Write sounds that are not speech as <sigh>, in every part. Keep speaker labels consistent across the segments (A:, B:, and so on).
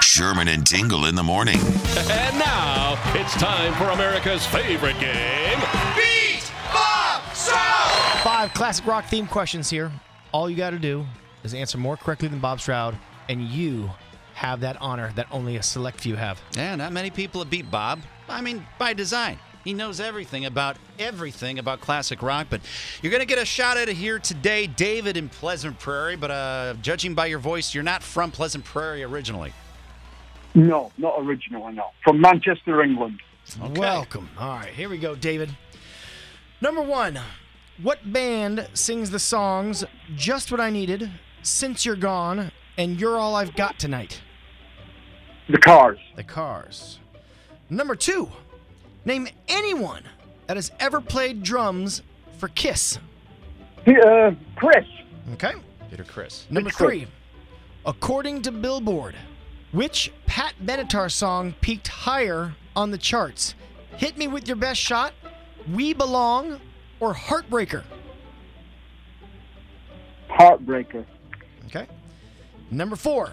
A: Sherman and Tingle in the morning.
B: And now it's time for America's favorite game.
C: Beat Bob Stroud!
D: Five classic rock theme questions here. All you got to do is answer more correctly than Bob Stroud, and you have that honor that only a select few have.
E: Yeah, not many people have beat Bob. I mean, by design. He knows everything about everything about classic rock, but you're going to get a shot at it here today, David in Pleasant Prairie. But uh, judging by your voice, you're not from Pleasant Prairie originally.
F: No, not originally, no. From Manchester, England.
E: Okay.
D: Welcome. All right, here we go, David. Number one, what band sings the songs Just What I Needed, Since You're Gone, and You're All I've Got Tonight?
F: The Cars.
D: The Cars. Number two, name anyone that has ever played drums for Kiss.
F: Uh, Chris.
D: Okay.
E: Peter Chris.
D: Number
F: Which one?
D: three, according to Billboard, which Pat Benatar song peaked higher on the charts? Hit Me With Your Best Shot, We Belong, or Heartbreaker?
F: Heartbreaker.
D: Okay. Number four,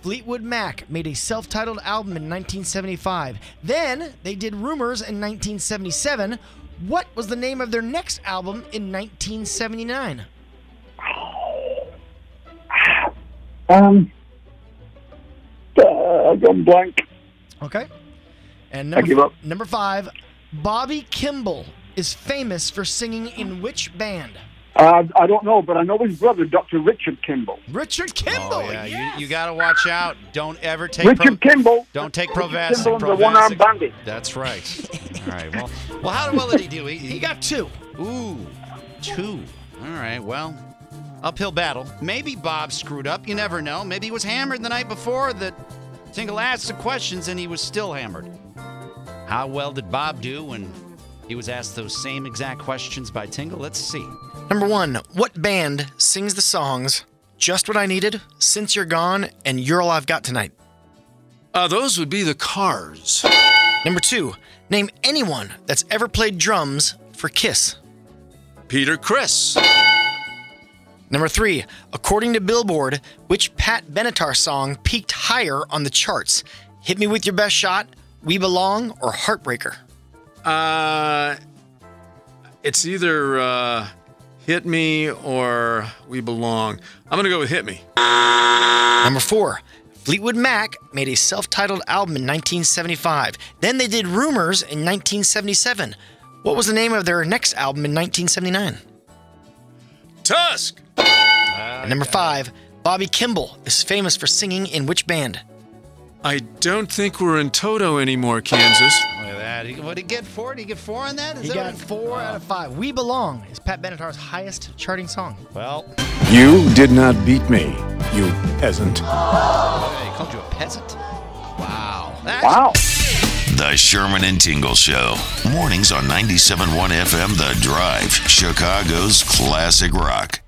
D: Fleetwood Mac made a self titled album in 1975. Then they did Rumors in 1977. What was the name of their next album in 1979?
F: Um, uh, I've gone blank.
D: Okay. And number,
F: give up.
D: number five, Bobby Kimball is famous for singing in which band?
F: Uh, I don't know, but I know his brother, Dr. Richard Kimball.
D: Richard Kimball.
E: Oh, yeah.
D: yes!
E: You, you got to watch out. Don't ever take
F: Richard
E: Pro-
F: Kimball.
E: Don't take
F: Richard
E: Provasic.
F: Kimball and the
E: Provasic.
F: one-armed bandit.
E: That's <laughs> right. All right. Well, well, how well did he do? He, <laughs>
D: He got two.
E: Ooh, two. All right, well, uphill battle. Maybe Bob screwed up. You never know. Maybe he was hammered the night before that Tingle asked the questions and he was still hammered. How well did Bob do when he was asked those same exact questions by Tingle? Let's see.
D: Number one, what band sings the songs Just What I Needed, Since You're Gone, and You're All I've Got Tonight?
G: Uh, those would be the cars.
D: Number two, name anyone that's ever played drums for Kiss.
G: Peter Chris.
D: Number three, according to Billboard, which Pat Benatar song peaked higher on the charts? Hit Me With Your Best Shot, We Belong, or Heartbreaker?
G: Uh, it's either uh, Hit Me or We Belong. I'm going to go with Hit Me.
D: Number four, Fleetwood Mac made a self titled album in 1975. Then they did Rumors in 1977. What was the name of their next album in 1979?
G: Tusk.
D: And number five, Bobby Kimball is famous for singing in which band?
G: I don't think we're in Toto anymore, Kansas.
E: Look at that. He- What did he get four? Did he get four on that? Is
D: He
E: that
D: got
E: what-
D: four out of five. We Belong is Pat Benatar's highest charting song.
E: Well,
H: You did not beat me, you peasant.
E: hey, he called you a peasant? Wow. That's
F: Wow.
A: The Sherman and Tingle Show. Mornings on 97.1 FM The Drive, Chicago's classic rock.